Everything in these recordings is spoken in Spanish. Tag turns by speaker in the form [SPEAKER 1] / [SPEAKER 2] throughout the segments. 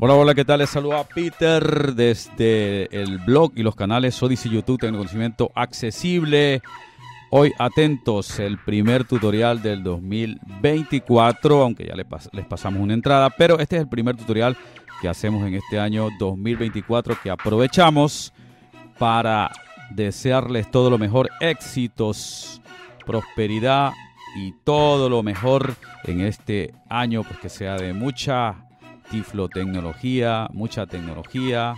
[SPEAKER 1] Hola, hola, ¿qué tal? Les saluda Peter desde el blog y los canales Odyssey YouTube, Tecnoconocimiento Accesible. Hoy atentos, el primer tutorial del 2024, aunque ya les, pas- les pasamos una entrada, pero este es el primer tutorial que hacemos en este año 2024 que aprovechamos para desearles todo lo mejor, éxitos, prosperidad y todo lo mejor en este año, pues que sea de mucha tiflotecnología, mucha tecnología,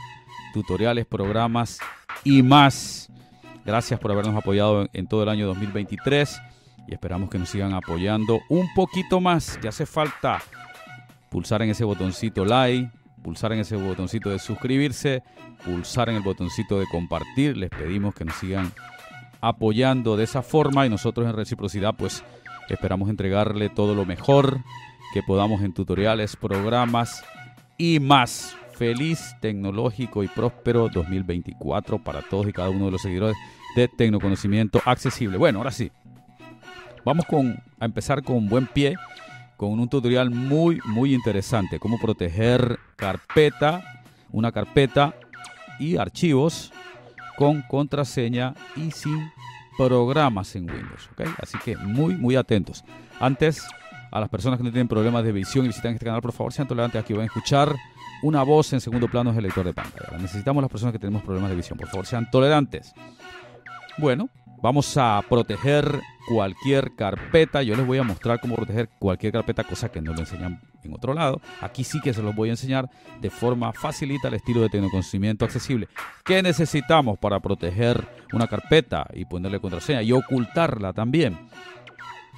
[SPEAKER 1] tutoriales, programas y más. Gracias por habernos apoyado en, en todo el año 2023 y esperamos que nos sigan apoyando un poquito más, que hace falta pulsar en ese botoncito like, pulsar en ese botoncito de suscribirse, pulsar en el botoncito de compartir. Les pedimos que nos sigan apoyando de esa forma y nosotros en reciprocidad pues esperamos entregarle todo lo mejor que podamos en tutoriales, programas y más. Feliz, tecnológico y próspero 2024 para todos y cada uno de los seguidores de Tecnoconocimiento Accesible. Bueno, ahora sí, vamos con, a empezar con buen pie, con un tutorial muy, muy interesante, cómo proteger carpeta, una carpeta y archivos con contraseña y sin programas en Windows. ¿ok? Así que muy, muy atentos. Antes, a las personas que no tienen problemas de visión y visitan este canal, por favor, sean tolerantes aquí. Van a escuchar una voz en segundo plano es el lector de pantalla. La Necesitamos las personas que tenemos problemas de visión. Por favor, sean tolerantes. Bueno, vamos a proteger cualquier carpeta. Yo les voy a mostrar cómo proteger cualquier carpeta, cosa que no lo enseñan en otro lado. Aquí sí que se los voy a enseñar de forma facilita al estilo de tecnoconocimiento accesible. ¿Qué necesitamos para proteger una carpeta y ponerle contraseña y ocultarla también?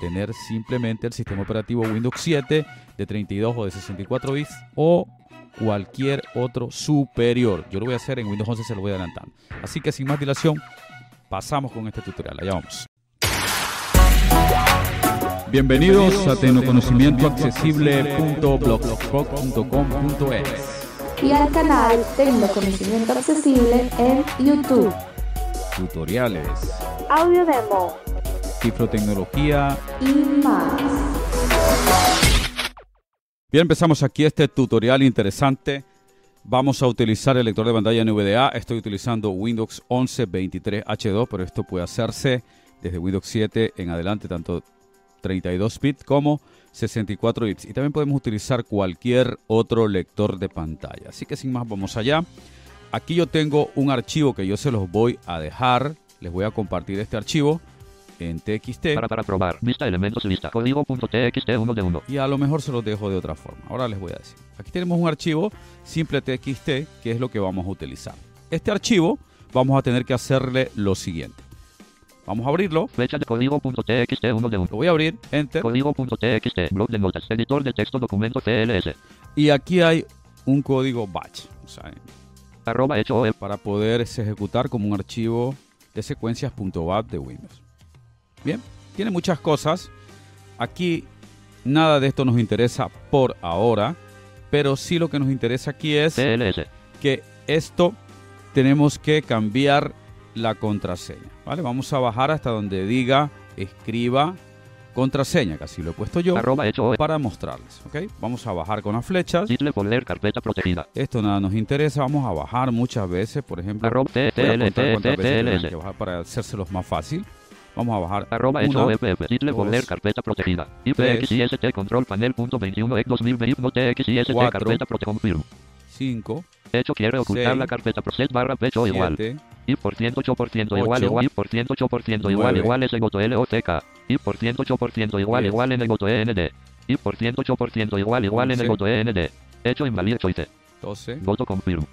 [SPEAKER 1] Tener simplemente el sistema operativo Windows 7 de 32 o de 64 bits o cualquier otro superior. Yo lo voy a hacer en Windows 11, se lo voy adelantando. Así que sin más dilación, pasamos con este tutorial. Allá vamos. Bienvenidos a tecnoconocimientoaccesible.blogspot.com.es
[SPEAKER 2] y al canal Tengo Conocimiento Accesible en YouTube.
[SPEAKER 1] Tutoriales,
[SPEAKER 2] Audio Demo
[SPEAKER 1] cifrotecnología.
[SPEAKER 2] y más.
[SPEAKER 1] Bien, empezamos aquí este tutorial interesante. Vamos a utilizar el lector de pantalla NVDA. Estoy utilizando Windows 11 23H2, pero esto puede hacerse desde Windows 7 en adelante, tanto 32 bits como 64 bits. Y también podemos utilizar cualquier otro lector de pantalla. Así que sin más, vamos allá. Aquí yo tengo un archivo que yo se los voy a dejar. Les voy a compartir este archivo en TXT.
[SPEAKER 3] Para para probar. Vista elementos lista código.txt1 de 1.
[SPEAKER 1] y a lo mejor se los dejo de otra forma. Ahora les voy a decir. Aquí tenemos un archivo simple txt que es lo que vamos a utilizar. Este archivo vamos a tener que hacerle lo siguiente. Vamos a abrirlo.
[SPEAKER 3] Fecha de código.txt1 de 1.
[SPEAKER 1] Lo voy a abrir, enter.
[SPEAKER 3] Código.txt. Blog de notas. Editor de texto. Documento CLS.
[SPEAKER 1] Y aquí hay un código batch. o sea,
[SPEAKER 3] Arroba hecho OEP.
[SPEAKER 1] para poderse ejecutar como un archivo de secuencias.bat de Windows. Bien, tiene muchas cosas. Aquí nada de esto nos interesa por ahora, pero sí lo que nos interesa aquí es...
[SPEAKER 3] CLS.
[SPEAKER 1] que esto tenemos que cambiar la contraseña. ¿vale? Vamos a bajar hasta donde diga, escriba contraseña, casi lo he puesto yo,
[SPEAKER 3] Arroba hecho OEP.
[SPEAKER 1] para mostrarles. ¿ok? Vamos a bajar con las flechas.
[SPEAKER 3] Title folder carpeta protegida.
[SPEAKER 1] Esto nada nos interesa, vamos a bajar muchas veces, por ejemplo,
[SPEAKER 3] Arroba
[SPEAKER 1] voy a
[SPEAKER 3] CTL.
[SPEAKER 1] contar cuántas veces tenemos que
[SPEAKER 3] CLS.
[SPEAKER 1] bajar para hacérselos más fácil. Vamos a bajar
[SPEAKER 3] Arroba
[SPEAKER 1] una,
[SPEAKER 3] hecho OEP. Title
[SPEAKER 1] dos,
[SPEAKER 3] folder carpeta protegida.
[SPEAKER 1] tres,
[SPEAKER 3] IPXIST control panel punto E, 21 x 2020 no TXIST
[SPEAKER 1] cuatro,
[SPEAKER 3] carpeta prote confirm.
[SPEAKER 1] cinco,
[SPEAKER 3] Hecho quiere ocultar
[SPEAKER 1] seis,
[SPEAKER 3] la carpeta proset barra pecho igual.
[SPEAKER 1] siete,
[SPEAKER 3] Y por ciento 8% igual
[SPEAKER 1] Ocho.
[SPEAKER 3] igual y por ciento 8%
[SPEAKER 1] Nueve.
[SPEAKER 3] igual igual es egoto LOTK. Y por ciento 8% igual
[SPEAKER 1] Diez.
[SPEAKER 3] igual en egoto END. Y por ciento 8% igual igual en
[SPEAKER 1] Once.
[SPEAKER 3] egoto END. Hecho invalid choice.
[SPEAKER 1] 12,
[SPEAKER 3] Voto confirm.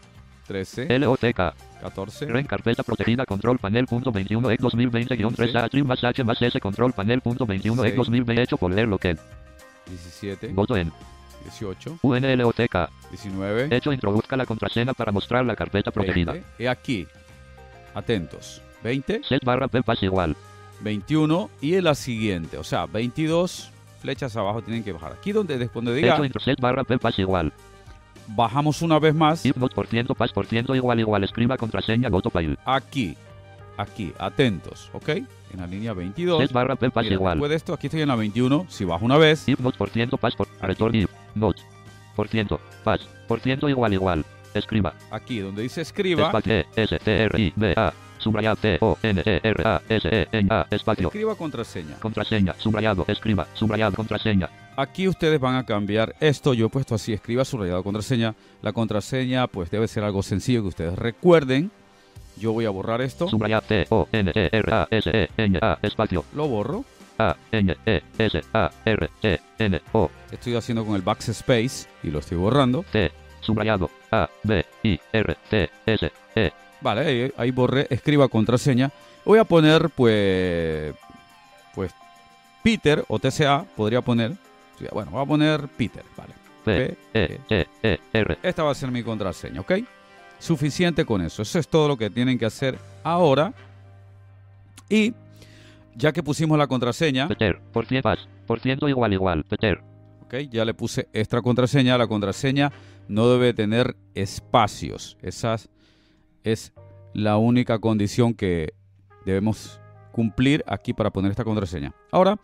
[SPEAKER 1] 13,
[SPEAKER 3] LOTK.
[SPEAKER 1] 14,
[SPEAKER 3] Ren carpeta protegida control panel punto 21 x 2020 guión 3 a trim más h más s control panel punto 21
[SPEAKER 1] Seis.
[SPEAKER 3] x 2020 hecho por leer lo que.
[SPEAKER 1] 17,
[SPEAKER 3] Voto en.
[SPEAKER 1] 18,
[SPEAKER 3] UNLOTK.
[SPEAKER 1] 19,
[SPEAKER 3] Hecho introduzca la contraseña para mostrar la carpeta protegida.
[SPEAKER 1] 20. Y aquí, atentos, 20,
[SPEAKER 3] Set barra p pase igual.
[SPEAKER 1] 21 y en la siguiente, o sea, 22 flechas abajo tienen que bajar. Aquí donde después donde diga,
[SPEAKER 3] Hecho intro set barra p pase igual.
[SPEAKER 1] bajamos una vez más,
[SPEAKER 3] If not por ciento pas por ciento igual igual escriba contraseña voto file.
[SPEAKER 1] aquí, aquí, atentos, ¿ok? En la línea 22.
[SPEAKER 3] Es barra p pas
[SPEAKER 1] Mira,
[SPEAKER 3] igual.
[SPEAKER 1] después de esto, aquí estoy en la 21, si bajo una vez,
[SPEAKER 3] If not por ciento pas por return if not. Por ciento. Paz. Por ciento igual igual. Escriba.
[SPEAKER 1] Aquí donde dice escriba,
[SPEAKER 3] Espacio. E. S. T. R. I. B. A. Subrayado. T. O. N. E. R. A. S. E. N. A. Espacio.
[SPEAKER 1] escriba contraseña.
[SPEAKER 3] Contraseña. Subrayado. Escriba. Subrayado. Contraseña.
[SPEAKER 1] Aquí ustedes van a cambiar esto. Yo he puesto así, escriba subrayado contraseña. La contraseña pues debe ser algo sencillo que ustedes recuerden. Yo voy a borrar esto.
[SPEAKER 3] Subrayado. T. O. N. E. R. A. S. E. N. A. Espacio.
[SPEAKER 1] Lo borro.
[SPEAKER 3] A. N. E. S. A. R. E. N. O.
[SPEAKER 1] Estoy haciendo con el backspace y lo estoy borrando.
[SPEAKER 3] T. Subrayado. A. B. I. R. T. S. E.
[SPEAKER 1] Vale, ahí, ahí borré, escriba contraseña. Voy a poner, pues, pues, Peter o TCA, podría poner. Sí, Bueno, voy a poner Peter, vale.
[SPEAKER 3] P. E. E. E. R.
[SPEAKER 1] Esta va a ser mi contraseña, ¿ok? Suficiente con eso. Eso es todo lo que tienen que hacer ahora. Y ya que pusimos la contraseña,
[SPEAKER 3] Peter. E Por cien paz. Por ciento igual igual. E Peter.
[SPEAKER 1] ¿ok? Ya le puse extra contraseña. La contraseña no debe tener espacios. Esa es la única condición que debemos cumplir aquí para poner esta contraseña. Ahora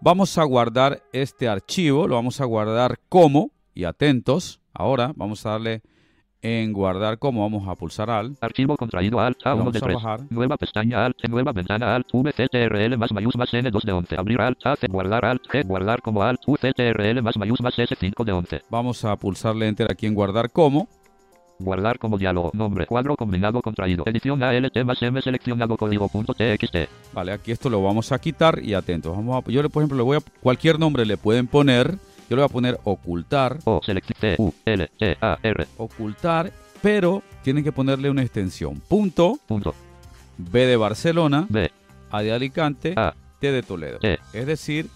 [SPEAKER 1] vamos a guardar este archivo. Lo vamos a guardar como. Y atentos. Ahora vamos a darle en guardar como. Vamos a pulsar al.
[SPEAKER 3] Archivo contraído alt A1
[SPEAKER 1] Vamos
[SPEAKER 3] Ah, de
[SPEAKER 1] a
[SPEAKER 3] 3.
[SPEAKER 1] bajar.
[SPEAKER 3] Nueva pestaña alt, nueva ventana alt, VCTRL E más mayús más N2 de 11. Abrir alt, AC, guardar alt, G, guardar como alt, VCTRL E más mayús más S5 de 11.
[SPEAKER 1] Vamos a pulsarle enter aquí en guardar como.
[SPEAKER 3] Guardar como diálogo, nombre, cuadro combinado contraído, edición ALT más M seleccionado código punto TXT.
[SPEAKER 1] Vale, aquí esto lo vamos a quitar y atentos. Vamos a, yo, le, por ejemplo, le voy a. Cualquier nombre le pueden poner. Yo le voy a poner ocultar.
[SPEAKER 3] O select T, U, L, T, A, R,
[SPEAKER 1] ocultar, pero tienen que ponerle una extensión. Punto
[SPEAKER 3] punto,
[SPEAKER 1] B de Barcelona,
[SPEAKER 3] B,
[SPEAKER 1] A de Alicante,
[SPEAKER 3] A, Eh.
[SPEAKER 1] T de Toledo.
[SPEAKER 3] T,
[SPEAKER 1] Es decir,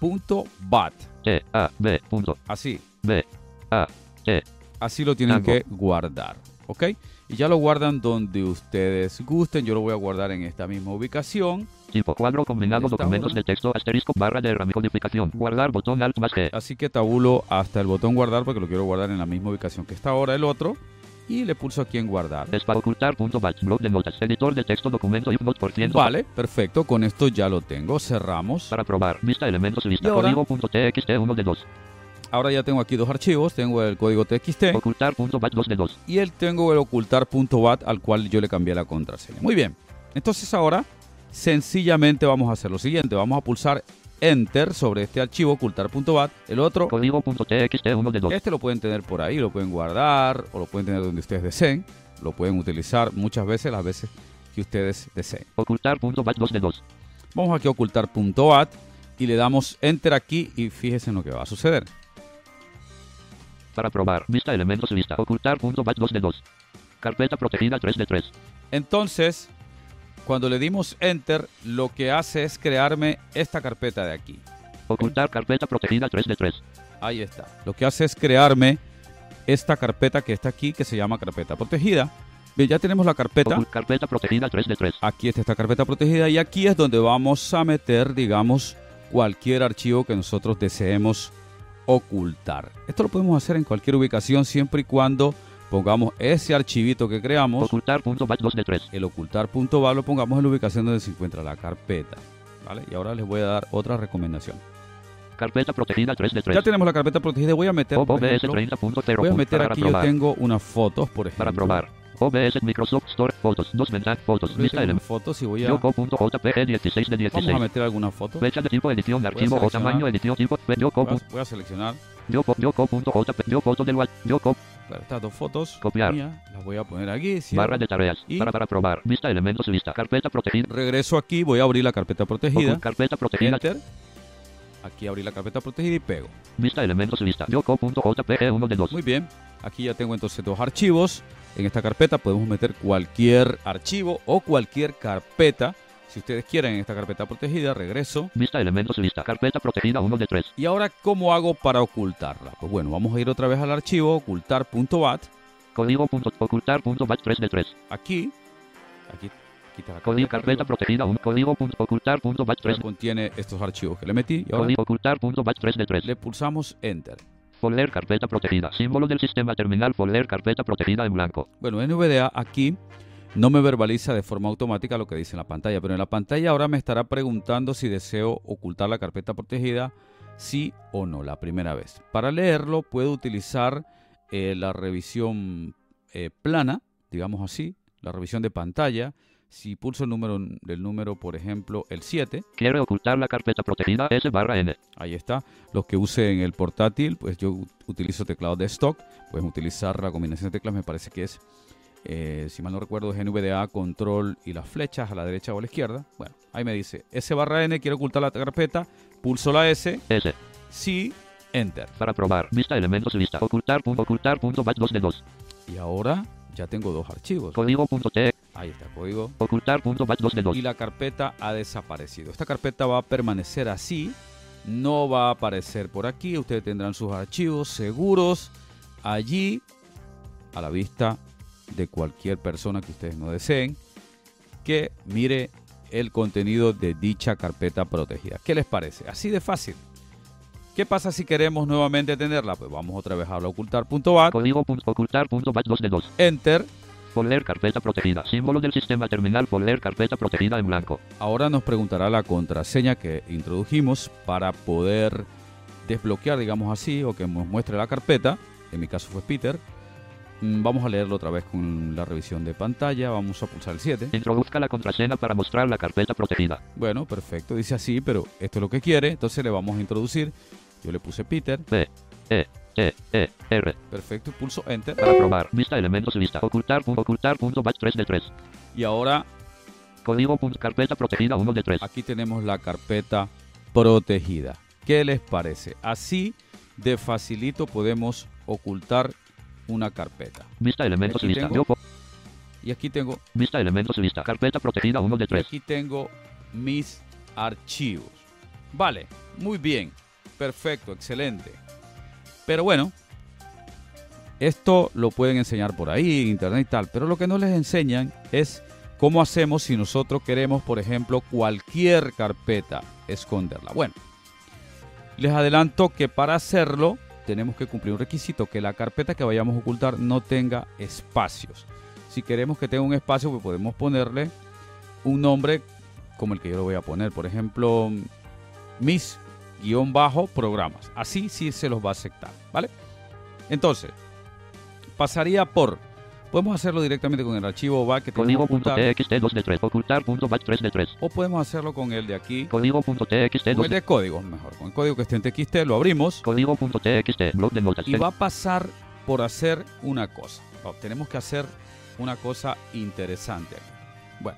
[SPEAKER 1] punto BAT.
[SPEAKER 3] T, A, B, punto,
[SPEAKER 1] Así,
[SPEAKER 3] B, A, T,
[SPEAKER 1] así lo tienen
[SPEAKER 3] Algo.
[SPEAKER 1] que guardar. ¿Ok? Y ya lo guardan donde ustedes gusten. Yo lo voy a guardar en esta misma ubicación.
[SPEAKER 3] tipo cuadro combinado
[SPEAKER 1] Está
[SPEAKER 3] documentos de texto asterisco barra de ramicodificación, guardar botón alt más G,
[SPEAKER 1] Así que tabulo hasta el botón guardar porque lo quiero guardar en la misma ubicación que está ahora el otro. Y le pulso aquí en guardar.
[SPEAKER 3] es para ocultar punto batch, blog de notas, editor de texto documento IFNOT por ciento,
[SPEAKER 1] Vale, perfecto. Con esto ya lo tengo. Cerramos.
[SPEAKER 3] para probar, vista elementos
[SPEAKER 1] Y
[SPEAKER 3] lista
[SPEAKER 1] ahora-
[SPEAKER 3] código punto TXT 1 de 2,
[SPEAKER 1] Ahora ya tengo aquí dos archivos. Tengo el código TXT.
[SPEAKER 3] ocultar punto batch 2 de 2,
[SPEAKER 1] y él tengo el ocultar.bat al cual yo le cambié la contraseña. Muy bien. Entonces ahora sencillamente vamos a hacer lo siguiente. Vamos a pulsar enter sobre este archivo ocultar.bat. El otro,
[SPEAKER 3] código punto TXT 1 de 2,
[SPEAKER 1] este lo pueden tener por ahí, lo pueden guardar o lo pueden tener donde ustedes deseen. Lo pueden utilizar muchas veces, las veces que ustedes deseen.
[SPEAKER 3] ocultar punto batch 2 de 2,
[SPEAKER 1] Vamos aquí a ocultar.bat y le damos enter aquí y fíjense en lo que va a suceder.
[SPEAKER 3] Para probar. Vista elementos lista. Ocultar punto batch 2 de 2. Carpeta protegida 3 de 3.
[SPEAKER 1] Entonces, cuando le dimos enter, lo que hace es crearme esta carpeta de aquí.
[SPEAKER 3] Ocultar carpeta protegida 3 de 3.
[SPEAKER 1] Ahí está. Lo que hace es crearme esta carpeta que está aquí, que se llama carpeta protegida. Bien, ya tenemos la carpeta.
[SPEAKER 3] Ocult- carpeta protegida 3 de 3.
[SPEAKER 1] Aquí está esta carpeta protegida y aquí es donde vamos a meter, digamos, cualquier archivo que nosotros deseemos ocultar. Esto lo podemos hacer en cualquier ubicación siempre y cuando pongamos ese archivito que creamos,
[SPEAKER 3] Ocultar punto batch 2 de 3.
[SPEAKER 1] el ocultar.val, lo pongamos en la ubicación donde se encuentra la carpeta. ¿Vale? Y ahora les voy a dar otra recomendación.
[SPEAKER 3] Carpeta protegida 3 de 3.
[SPEAKER 1] Ya tenemos la carpeta protegida. Voy a meter, por
[SPEAKER 3] OBS
[SPEAKER 1] ejemplo,
[SPEAKER 3] 30.0.
[SPEAKER 1] Voy a meter
[SPEAKER 3] para
[SPEAKER 1] aquí, yo
[SPEAKER 3] probar.
[SPEAKER 1] tengo unas fotos, por ejemplo.
[SPEAKER 3] Para probar. OBS Microsoft Store. Fotos. 2 ventanas. Fotos.
[SPEAKER 1] Yo tengo
[SPEAKER 3] Vista
[SPEAKER 1] unas
[SPEAKER 3] elementos.
[SPEAKER 1] fotos y voy a...
[SPEAKER 3] Yoko.jpg 16 de
[SPEAKER 1] Vamos a
[SPEAKER 3] 16.
[SPEAKER 1] meter algunas fotos. Voy
[SPEAKER 3] Fecha de tipo edición archivo o
[SPEAKER 1] seleccionar.
[SPEAKER 3] tamaño edición tipo fe- Yoko. pu-
[SPEAKER 1] a, voy a seleccionar
[SPEAKER 3] Yoko. Yoko.jpg Yo foto del wall. Yoko.
[SPEAKER 1] claro, estas dos fotos.
[SPEAKER 3] Copiar.
[SPEAKER 1] mía, las voy a poner aquí. cierro.
[SPEAKER 3] Barra de tareas.
[SPEAKER 1] Y-
[SPEAKER 3] Para para probar. Vista elementos lista. Carpeta protegida.
[SPEAKER 1] Regreso aquí, voy a abrir la carpeta protegida.
[SPEAKER 3] Ocult- carpeta protegida.
[SPEAKER 1] Enter. Aquí abrí la carpeta protegida y pego.
[SPEAKER 3] Vista elementos lista. Yoko.jpg 1 de 2.
[SPEAKER 1] Muy bien. Aquí ya tengo entonces dos archivos. En esta carpeta podemos meter cualquier archivo o cualquier carpeta. Si ustedes quieren, en esta carpeta protegida, regreso.
[SPEAKER 3] Vista elementos lista. Carpeta protegida 1 de 3.
[SPEAKER 1] ¿Y ahora cómo hago para ocultarla? Pues bueno, vamos a ir otra vez al archivo ocultar.bat.
[SPEAKER 3] Código punto, ocultar punto batch 3 de 3.
[SPEAKER 1] Aquí, aquí, aquí está la
[SPEAKER 3] Código
[SPEAKER 1] carpeta.
[SPEAKER 3] carpeta
[SPEAKER 1] arriba,
[SPEAKER 3] protegida 1. Código punto, ocultar punto batch
[SPEAKER 1] que
[SPEAKER 3] 3.
[SPEAKER 1] contiene estos archivos que le metí. Y ahora
[SPEAKER 3] Código ocultar punto batch 3 de 3.
[SPEAKER 1] le pulsamos Enter.
[SPEAKER 3] Folder carpeta protegida. Símbolo del sistema terminal. Folder carpeta protegida en blanco.
[SPEAKER 1] Bueno, NVDA aquí no me verbaliza de forma automática lo que dice en la pantalla, pero en la pantalla ahora me estará preguntando si deseo ocultar la carpeta protegida, sí o no, la primera vez. Para leerlo puedo utilizar eh, la revisión eh, plana, digamos así, la revisión de pantalla. Si pulso el número, el número, por ejemplo, el 7,
[SPEAKER 3] Quiere ocultar la carpeta protegida S barra N.
[SPEAKER 1] ahí está. Los que use en el portátil, pues yo ut- utilizo teclado de stock, pueden utilizar la combinación de teclas, me parece que es, eh, si mal no recuerdo, es NVDA, control y las flechas a la derecha o a la izquierda. Bueno, ahí me dice S barra N, quiero ocultar la carpeta, pulso la S,
[SPEAKER 3] S.
[SPEAKER 1] sí, enter.
[SPEAKER 3] Para probar. Vista elementos lista. Ocultar punto ocultar punto más 2 de 2.
[SPEAKER 1] Y ahora ya tengo dos archivos.
[SPEAKER 3] Código punto T.
[SPEAKER 1] Ahí está, código.
[SPEAKER 3] Ocultar punto más 2 de 2.
[SPEAKER 1] y la carpeta ha desaparecido. Esta carpeta va a permanecer así, no va a aparecer por aquí. Ustedes tendrán sus archivos seguros allí a la vista de cualquier persona que ustedes no deseen que mire el contenido de dicha carpeta protegida. ¿Qué les parece? Así de fácil. ¿Qué pasa si queremos nuevamente tenerla? Pues vamos otra vez a la ocultar.bat,
[SPEAKER 3] Código punto ocultar punto más 2 de 2.
[SPEAKER 1] enter.
[SPEAKER 3] Folder carpeta protegida. Símbolo del sistema terminal. Folder carpeta protegida en blanco.
[SPEAKER 1] Ahora nos preguntará la contraseña que introdujimos para poder desbloquear, digamos así, o que nos muestre la carpeta. En mi caso fue Peter. Mm, Vamos a leerlo otra vez con la revisión de pantalla. Vamos a pulsar el 7.
[SPEAKER 3] Introduzca la contraseña para mostrar la carpeta protegida.
[SPEAKER 1] Bueno, perfecto, dice así, pero esto es lo que quiere. Entonces le vamos a introducir. Yo le puse Peter.
[SPEAKER 3] B. E. T. E. R.
[SPEAKER 1] Perfecto, y pulso Enter.
[SPEAKER 3] Para probar. Vista elementos lista. Ocultar punto ocultar punto más 3 de 3.
[SPEAKER 1] Y ahora
[SPEAKER 3] Código punto carpeta protegida 1 de 3.
[SPEAKER 1] aquí tenemos la carpeta protegida. ¿Qué les parece? Así de facilito podemos ocultar una carpeta.
[SPEAKER 3] Vista elementos
[SPEAKER 1] Aquí
[SPEAKER 3] lista.
[SPEAKER 1] tengo.
[SPEAKER 3] Yo po-
[SPEAKER 1] Y aquí tengo
[SPEAKER 3] Vista elementos lista. Carpeta protegida 1 de
[SPEAKER 1] Y
[SPEAKER 3] 3.
[SPEAKER 1] aquí tengo mis archivos. Vale, muy bien. Perfecto, excelente. Pero bueno, esto lo pueden enseñar por ahí, en internet y tal. Pero lo que no les enseñan es cómo hacemos si nosotros queremos, por ejemplo, cualquier carpeta esconderla. Bueno, les adelanto que para hacerlo tenemos que cumplir un requisito, que la carpeta que vayamos a ocultar no tenga espacios. Si queremos que tenga un espacio, pues podemos ponerle un nombre como el que yo lo voy a poner. Por ejemplo, mis guión bajo programas. Así sí se los va a aceptar, ¿vale? Entonces, pasaría por... Podemos hacerlo directamente con el archivo va que tenemos
[SPEAKER 3] Código
[SPEAKER 1] que
[SPEAKER 3] punto
[SPEAKER 1] ocultar,
[SPEAKER 3] TXT 2 de 3. Ocultar punto más 3 de 3.
[SPEAKER 1] o podemos hacerlo con el de aquí,
[SPEAKER 3] Código punto TXT
[SPEAKER 1] con
[SPEAKER 3] 2
[SPEAKER 1] el
[SPEAKER 3] de
[SPEAKER 1] de códigos, mejor, con el código que esté en TXT, lo abrimos
[SPEAKER 3] Código punto TXT. Blog de notas.
[SPEAKER 1] y va a pasar por hacer una cosa. Va, Tenemos que hacer una cosa interesante. Bueno,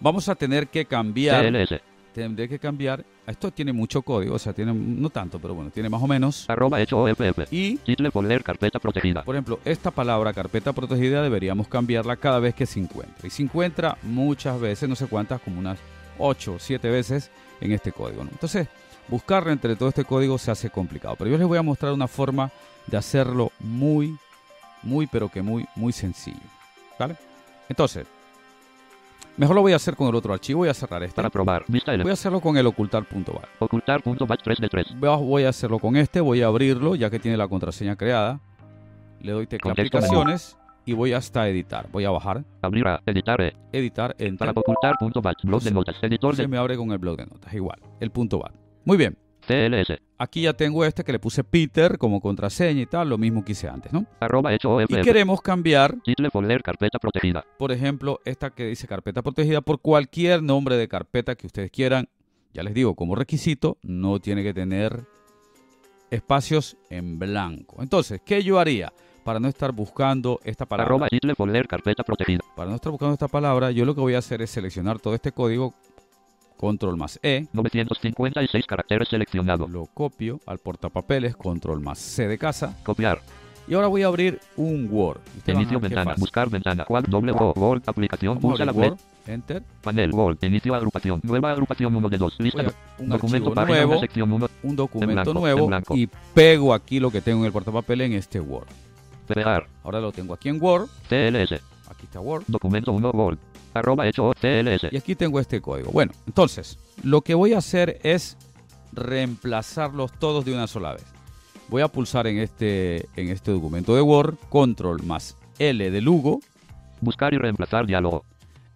[SPEAKER 1] vamos a tener que cambiar
[SPEAKER 3] TLS.
[SPEAKER 1] tendré que cambiar. Esto tiene mucho código, o sea, tiene no tanto, pero bueno, tiene más o menos.
[SPEAKER 3] Arroba hecho OFF.
[SPEAKER 1] Y,
[SPEAKER 3] Title folder carpeta protegida.
[SPEAKER 1] por ejemplo, esta palabra carpeta protegida deberíamos cambiarla cada vez que se encuentra. Y se encuentra muchas veces, no sé cuántas, como unas 8 o 7 veces en este código. ¿no? Entonces, buscarla entre todo este código se hace complicado. Pero yo les voy a mostrar una forma de hacerlo muy, muy, pero que muy, muy sencillo. ¿Vale? Entonces, mejor lo voy a hacer con el otro archivo. Voy a cerrar este.
[SPEAKER 3] Para probar. Vista
[SPEAKER 1] Voy
[SPEAKER 3] elementos.
[SPEAKER 1] a hacerlo con el ocultar.bar.
[SPEAKER 3] Ocultar punto más 3 de 3.
[SPEAKER 1] Va- Voy a hacerlo con este, voy a abrirlo ya que tiene la contraseña creada. Le doy tecla
[SPEAKER 3] Contexto
[SPEAKER 1] aplicaciones y voy hasta editar. Voy a bajar,
[SPEAKER 3] Abrir a editar E.
[SPEAKER 1] editar, enter.
[SPEAKER 3] Para ocultar punto más. Blog de notas. Editor
[SPEAKER 1] Se
[SPEAKER 3] de
[SPEAKER 1] me abre con el blog de notas, igual, el punto bat. Muy bien,
[SPEAKER 3] CLS.
[SPEAKER 1] aquí ya tengo este que le puse Peter como contraseña y tal, lo mismo que hice antes, ¿no?
[SPEAKER 3] Arroba hecho
[SPEAKER 1] Y
[SPEAKER 3] OFF.
[SPEAKER 1] queremos cambiar,
[SPEAKER 3] Title folder carpeta protegida.
[SPEAKER 1] por ejemplo, esta que dice carpeta protegida por cualquier nombre de carpeta que ustedes quieran. Ya les digo, como requisito, no tiene que tener espacios en blanco. Entonces, ¿qué yo haría para no estar buscando esta palabra?
[SPEAKER 3] Arroba title folder carpeta protegida.
[SPEAKER 1] Para no estar buscando esta palabra, yo lo que voy a hacer es seleccionar todo este código, control más E,
[SPEAKER 3] 956 caracteres seleccionado.
[SPEAKER 1] lo copio al portapapeles, control más C de casa,
[SPEAKER 3] Copiar.
[SPEAKER 1] y ahora voy a abrir un Word. Ustedes van a ver
[SPEAKER 3] Inicio
[SPEAKER 1] qué
[SPEAKER 3] ventana,
[SPEAKER 1] fácil.
[SPEAKER 3] buscar ventana, cuadro, doble O, Word, aplicación,
[SPEAKER 1] Vamos a
[SPEAKER 3] pulsa la
[SPEAKER 1] abrir
[SPEAKER 3] web,
[SPEAKER 1] Word, Enter,
[SPEAKER 3] panel, Word, inicio agrupación, nueva agrupación 1 de 2, lista,
[SPEAKER 1] voy a
[SPEAKER 3] do-
[SPEAKER 1] un
[SPEAKER 3] documento,
[SPEAKER 1] archivo
[SPEAKER 3] página, una
[SPEAKER 1] nuevo,
[SPEAKER 3] sección 1,
[SPEAKER 1] un documento
[SPEAKER 3] blanco, en
[SPEAKER 1] nuevo,
[SPEAKER 3] blanco.
[SPEAKER 1] y pego aquí lo que tengo en el portapapeles en este Word.
[SPEAKER 3] pegar,
[SPEAKER 1] Ahora lo tengo aquí en Word,
[SPEAKER 3] CLS,
[SPEAKER 1] aquí está Word,
[SPEAKER 3] documento 1, Word, arroba hecho, CLS,
[SPEAKER 1] y aquí tengo este código. Bueno, entonces, lo que voy a hacer es reemplazarlos todos de una sola vez. Voy a pulsar en este, en este documento de Word, control más L de Lugo.
[SPEAKER 3] buscar y reemplazar diálogo,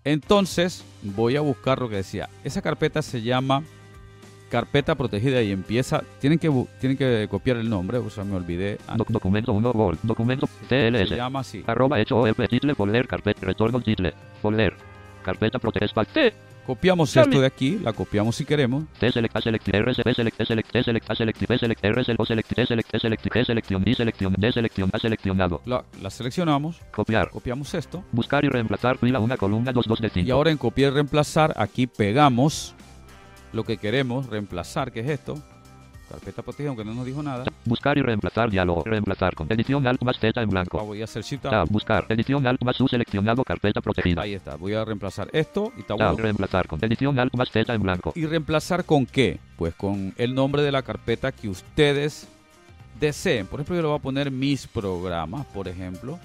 [SPEAKER 1] Entonces, voy a buscar lo que decía. Esa carpeta se llama carpeta protegida y empieza. Tienen que, bu- tienen que copiar el nombre, o sea, me olvidé.
[SPEAKER 3] Doc-
[SPEAKER 1] antes.
[SPEAKER 3] documento 1 Word. Documento
[SPEAKER 1] Se
[SPEAKER 3] TLS.
[SPEAKER 1] llama así.
[SPEAKER 3] Arroba hecho OF title folder carpeta retorno title. Folder. Carpeta protege espacio. T.
[SPEAKER 1] Copiamos
[SPEAKER 3] Charlie.
[SPEAKER 1] esto de aquí, la copiamos si queremos.
[SPEAKER 3] T select A select R select select T select T select A select B select R select O select T select T select G selección I selección D selección A seleccionado.
[SPEAKER 1] La, la seleccionamos,
[SPEAKER 3] Copiar.
[SPEAKER 1] copiamos esto.
[SPEAKER 3] Buscar y reemplazar fila una columna 2 2 de
[SPEAKER 1] Y
[SPEAKER 3] 5.
[SPEAKER 1] ahora en copiar y reemplazar, aquí pegamos lo que queremos reemplazar, que es esto. Carpeta protegida, aunque no nos dijo nada.
[SPEAKER 3] Buscar y reemplazar diálogo. Reemplazar con edición alt más Z en
[SPEAKER 1] Ah,
[SPEAKER 3] blanco.
[SPEAKER 1] voy a hacer shift tab.
[SPEAKER 3] Tab. Buscar. Edición alt más U seleccionado carpeta protegida.
[SPEAKER 1] Ahí está, voy a reemplazar esto y tab
[SPEAKER 3] Tab.
[SPEAKER 1] 1.
[SPEAKER 3] Reemplazar con edición alt más Z en blanco.
[SPEAKER 1] ¿Y reemplazar con qué? Pues con el nombre de la carpeta que ustedes deseen. Por ejemplo, yo le voy a poner mis programas, por ejemplo.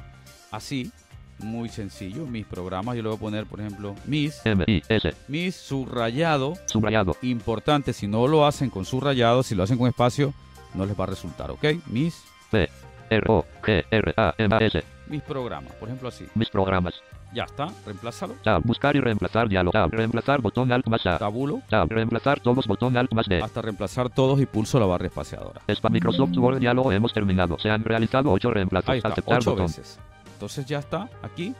[SPEAKER 1] Así, muy sencillo, mis programas. Yo le voy a poner, por ejemplo, mis,
[SPEAKER 3] M I S.
[SPEAKER 1] mis subrayado.
[SPEAKER 3] Subrayado.
[SPEAKER 1] Importante, si no lo hacen con subrayado, si lo hacen con espacio, no les va a resultar, ¿ok? Mis,
[SPEAKER 3] P. R O G R A M A S.
[SPEAKER 1] mis programas, por ejemplo, así.
[SPEAKER 3] Mis programas.
[SPEAKER 1] Ya está, reemplázalo.
[SPEAKER 3] Tab. Buscar y reemplazar diálogo. Tab. Reemplazar botón alt más A.
[SPEAKER 1] Tabulo
[SPEAKER 3] Tab. Reemplazar todos botón alt más D.
[SPEAKER 1] hasta reemplazar todos y pulso la barra espaciadora.
[SPEAKER 3] Spam Microsoft Word diálogo hemos terminado. Se han realizado 8 reemplazos.
[SPEAKER 1] Ahí está,
[SPEAKER 3] Aceptar
[SPEAKER 1] ocho
[SPEAKER 3] botón.
[SPEAKER 1] veces. Entonces ya está, aquí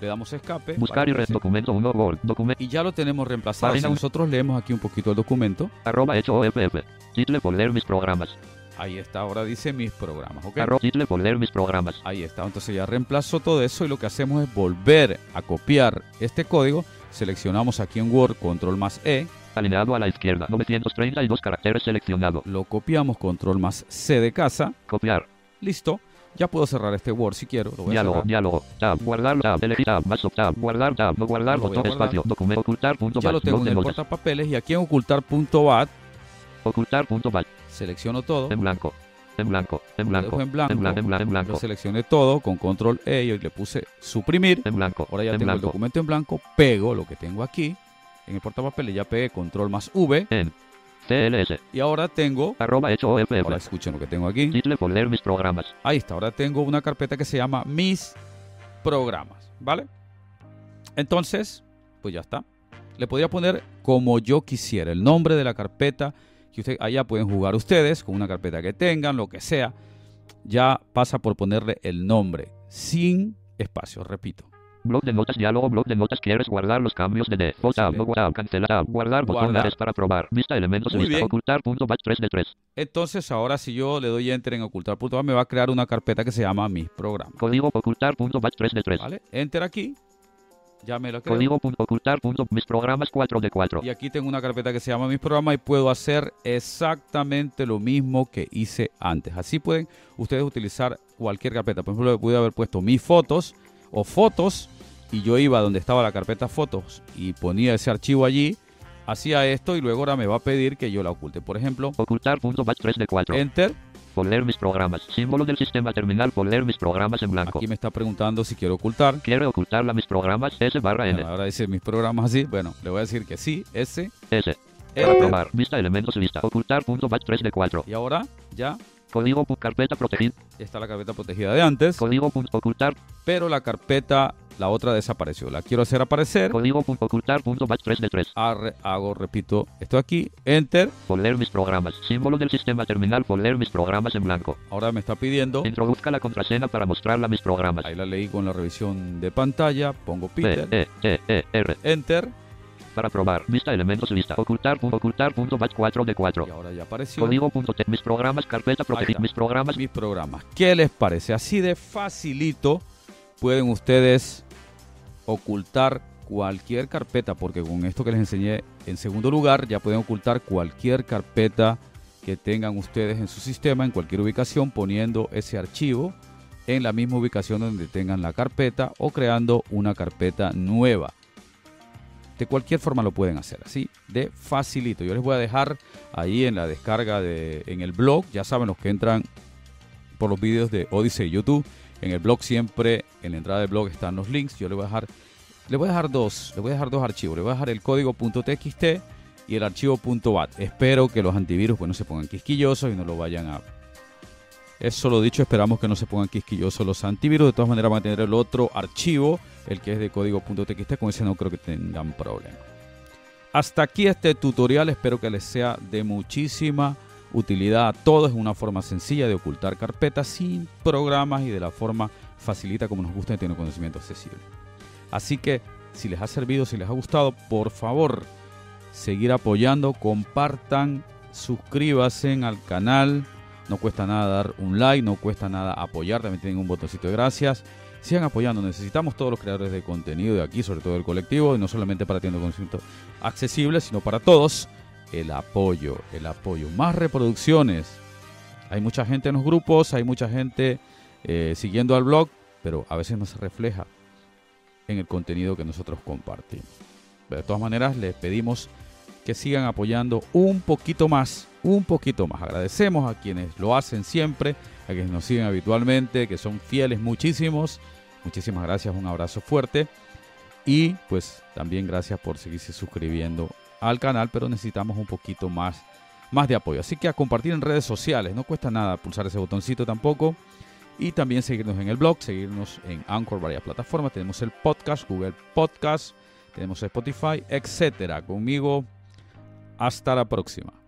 [SPEAKER 1] le damos escape.
[SPEAKER 3] Buscar y
[SPEAKER 1] para
[SPEAKER 3] re
[SPEAKER 1] que se-
[SPEAKER 3] documento 1 Word. Documento.
[SPEAKER 1] y ya lo tenemos reemplazado.
[SPEAKER 3] Página
[SPEAKER 1] Si
[SPEAKER 3] uno.
[SPEAKER 1] nosotros leemos aquí un poquito el documento,
[SPEAKER 3] Arroba hecho OFF. Title folder mis programas.
[SPEAKER 1] ahí está, ahora dice mis programas, ¿ok?
[SPEAKER 3] Arroba title folder mis programas.
[SPEAKER 1] Ahí está, entonces ya reemplazó todo eso y lo que hacemos es volver a copiar este código. Seleccionamos aquí en Word, control más E,
[SPEAKER 3] Alineado a la izquierda. 932 caracteres seleccionado.
[SPEAKER 1] lo copiamos, control más C de casa,
[SPEAKER 3] Copiar.
[SPEAKER 1] listo. Ya puedo cerrar este Word si quiero, lo voy a
[SPEAKER 3] Diálogo,
[SPEAKER 1] cerrar.
[SPEAKER 3] diálogo. Tab, guardar, tab, elegir, tab, más, tab, guardar, tab, no guardar,
[SPEAKER 1] Lo voy a
[SPEAKER 3] botón,
[SPEAKER 1] guardar.
[SPEAKER 3] espacio, documento, ocultar, punto,
[SPEAKER 1] Ya
[SPEAKER 3] bat,
[SPEAKER 1] lo tengo
[SPEAKER 3] dos
[SPEAKER 1] en el
[SPEAKER 3] de notas.
[SPEAKER 1] portapapeles y aquí en ocultar.bat
[SPEAKER 3] Ocultar, punto, bat,
[SPEAKER 1] selecciono todo,
[SPEAKER 3] en blanco, en blanco, en
[SPEAKER 1] lo
[SPEAKER 3] blanco,
[SPEAKER 1] dejo en blanco,
[SPEAKER 3] en blanco, en blanco, en
[SPEAKER 1] lo
[SPEAKER 3] blanco,
[SPEAKER 1] seleccioné todo con control E y le puse suprimir.
[SPEAKER 3] en blanco,
[SPEAKER 1] Ahora ya
[SPEAKER 3] en
[SPEAKER 1] tengo el
[SPEAKER 3] blanco,
[SPEAKER 1] documento en blanco, pego lo que tengo aquí en el portapapeles, ya pegué control más V
[SPEAKER 3] en TLS,
[SPEAKER 1] y ahora tengo,
[SPEAKER 3] arroba hecho
[SPEAKER 1] ahora
[SPEAKER 3] OFF,
[SPEAKER 1] escuchen lo que tengo aquí,
[SPEAKER 3] title folder mis programas,
[SPEAKER 1] ahí está, ahora tengo una carpeta que se llama mis programas, ¿vale? Entonces, pues ya está. Le podría poner como yo quisiera, el nombre de la carpeta que usted, allá pueden jugar ustedes con una carpeta que tengan, lo que sea. Ya pasa por ponerle el nombre sin espacio, repito.
[SPEAKER 3] blog de notas, diálogo, blog de notas, quieres guardar los cambios de default, tab, no guardar, cancelar, tab, guardar, botón,
[SPEAKER 1] Guardar.
[SPEAKER 3] es para probar, vista elementos,
[SPEAKER 1] Muy
[SPEAKER 3] lista,
[SPEAKER 1] bien.
[SPEAKER 3] ocultar, punto, bat, 3 de 3,
[SPEAKER 1] Entonces ahora si yo le doy enter en ocultar.va me va a crear una carpeta que se llama mis programas.
[SPEAKER 3] código, ocultar, punto, bat, 3 de 3,
[SPEAKER 1] ¿Vale? Enter aquí. Ya me lo creo.
[SPEAKER 3] código, punto, ocultar, punto, mis programas, 4 de 4,
[SPEAKER 1] Y aquí tengo una carpeta que se llama mis programas y puedo hacer exactamente lo mismo que hice antes. Así pueden ustedes utilizar cualquier carpeta. Por ejemplo, le pude haber puesto mis fotos o fotos y yo iba donde estaba la carpeta fotos y ponía ese archivo allí, hacía esto y luego ahora me va a pedir que yo la oculte. Por ejemplo,
[SPEAKER 3] Ocultar punto bat 3 de 4.
[SPEAKER 1] enter.
[SPEAKER 3] Poner mis programas. Símbolo del sistema terminal. Poner mis programas en blanco.
[SPEAKER 1] Aquí me está preguntando si quiero ocultar.
[SPEAKER 3] Quiere ocultarla mis programas. S barra N.
[SPEAKER 1] Ahora dice mis programas así. Bueno, le voy a decir que sí, ese.
[SPEAKER 3] S. Para
[SPEAKER 1] enter.
[SPEAKER 3] probar. Vista elementos lista. Ocultar punto bat 3 de 4.
[SPEAKER 1] Y ahora ya
[SPEAKER 3] Código pu- carpeta protegida.
[SPEAKER 1] está la carpeta protegida de antes.
[SPEAKER 3] Código punto ocultar.
[SPEAKER 1] pero la carpeta, la otra desapareció. La quiero hacer aparecer.
[SPEAKER 3] Código punto ocultar punto bat 3 de 3.
[SPEAKER 1] Arre- hago, repito, esto aquí, enter.
[SPEAKER 3] Poner mis programas. Símbolo del sistema terminal. Poner mis programas en blanco.
[SPEAKER 1] Ahora me está pidiendo,
[SPEAKER 3] Introduzca la contraseña para mostrarla mis programas.
[SPEAKER 1] ahí la leí con la revisión de pantalla, pongo
[SPEAKER 3] B,
[SPEAKER 1] Peter,
[SPEAKER 3] E, E, E, R.
[SPEAKER 1] enter,
[SPEAKER 3] Para probar. Vista elementos lista. Ocultar punto ocultar punto bat 4 de 4.
[SPEAKER 1] y ahora ya apareció
[SPEAKER 3] Código punto T. Mis programas. Carpeta protegida.
[SPEAKER 1] está.
[SPEAKER 3] Mis programas.
[SPEAKER 1] mis programas. ¿Qué les parece? Así de facilito pueden ustedes ocultar cualquier carpeta, porque con esto que les enseñé en segundo lugar, ya pueden ocultar cualquier carpeta que tengan ustedes en su sistema, en cualquier ubicación, poniendo ese archivo en la misma ubicación donde tengan la carpeta o creando una carpeta nueva. De cualquier forma lo pueden hacer, así de facilito. Yo les voy a dejar ahí en la descarga de, en el blog, ya saben los que entran por los vídeos de Odyssey y YouTube. En el blog siempre, en la entrada del blog están los links. Yo le voy a dejar, le voy a dejar dos, le voy a dejar dos archivos. Le voy a dejar el código .txt y el archivo .bat. Espero que los antivirus pues, no se pongan quisquillosos y no lo vayan a... Eso lo dicho, esperamos que no se pongan quisquillosos los antivirus. De todas maneras van a tener el otro archivo, el que es de código .txt, con ese no creo que tengan problema. Hasta aquí este tutorial, espero que les sea de muchísima utilidad a todos. Es una forma sencilla de ocultar carpetas sin programas y de la forma facilita como nos gusta y tiene conocimiento accesible. Así que si les ha servido, si les ha gustado, por favor, seguir apoyando, compartan, suscríbanse al canal. No cuesta nada dar un like, no cuesta nada apoyar, también tienen un botoncito de gracias. Sigan apoyando, necesitamos todos los creadores de contenido de aquí, sobre todo el colectivo, y no solamente para tener conocimiento accesible, sino para todos. El apoyo, el apoyo. Más reproducciones. Hay mucha gente en los grupos, hay mucha gente eh, siguiendo al blog, pero a veces no se refleja en el contenido que nosotros compartimos. Pero de todas maneras, les pedimos que sigan apoyando un poquito más, un poquito más. Agradecemos a quienes lo hacen siempre, a quienes nos siguen habitualmente, que son fieles muchísimos. Muchísimas gracias, un abrazo fuerte. Y pues también gracias por seguirse suscribiendo al canal, pero necesitamos un poquito más, más de apoyo. Así que a compartir en redes sociales, no cuesta nada pulsar ese botoncito tampoco. Y también seguirnos en el blog, seguirnos en Anchor, varias plataformas. Tenemos el podcast, Google Podcast, tenemos Spotify, etcétera. Conmigo, hasta la próxima.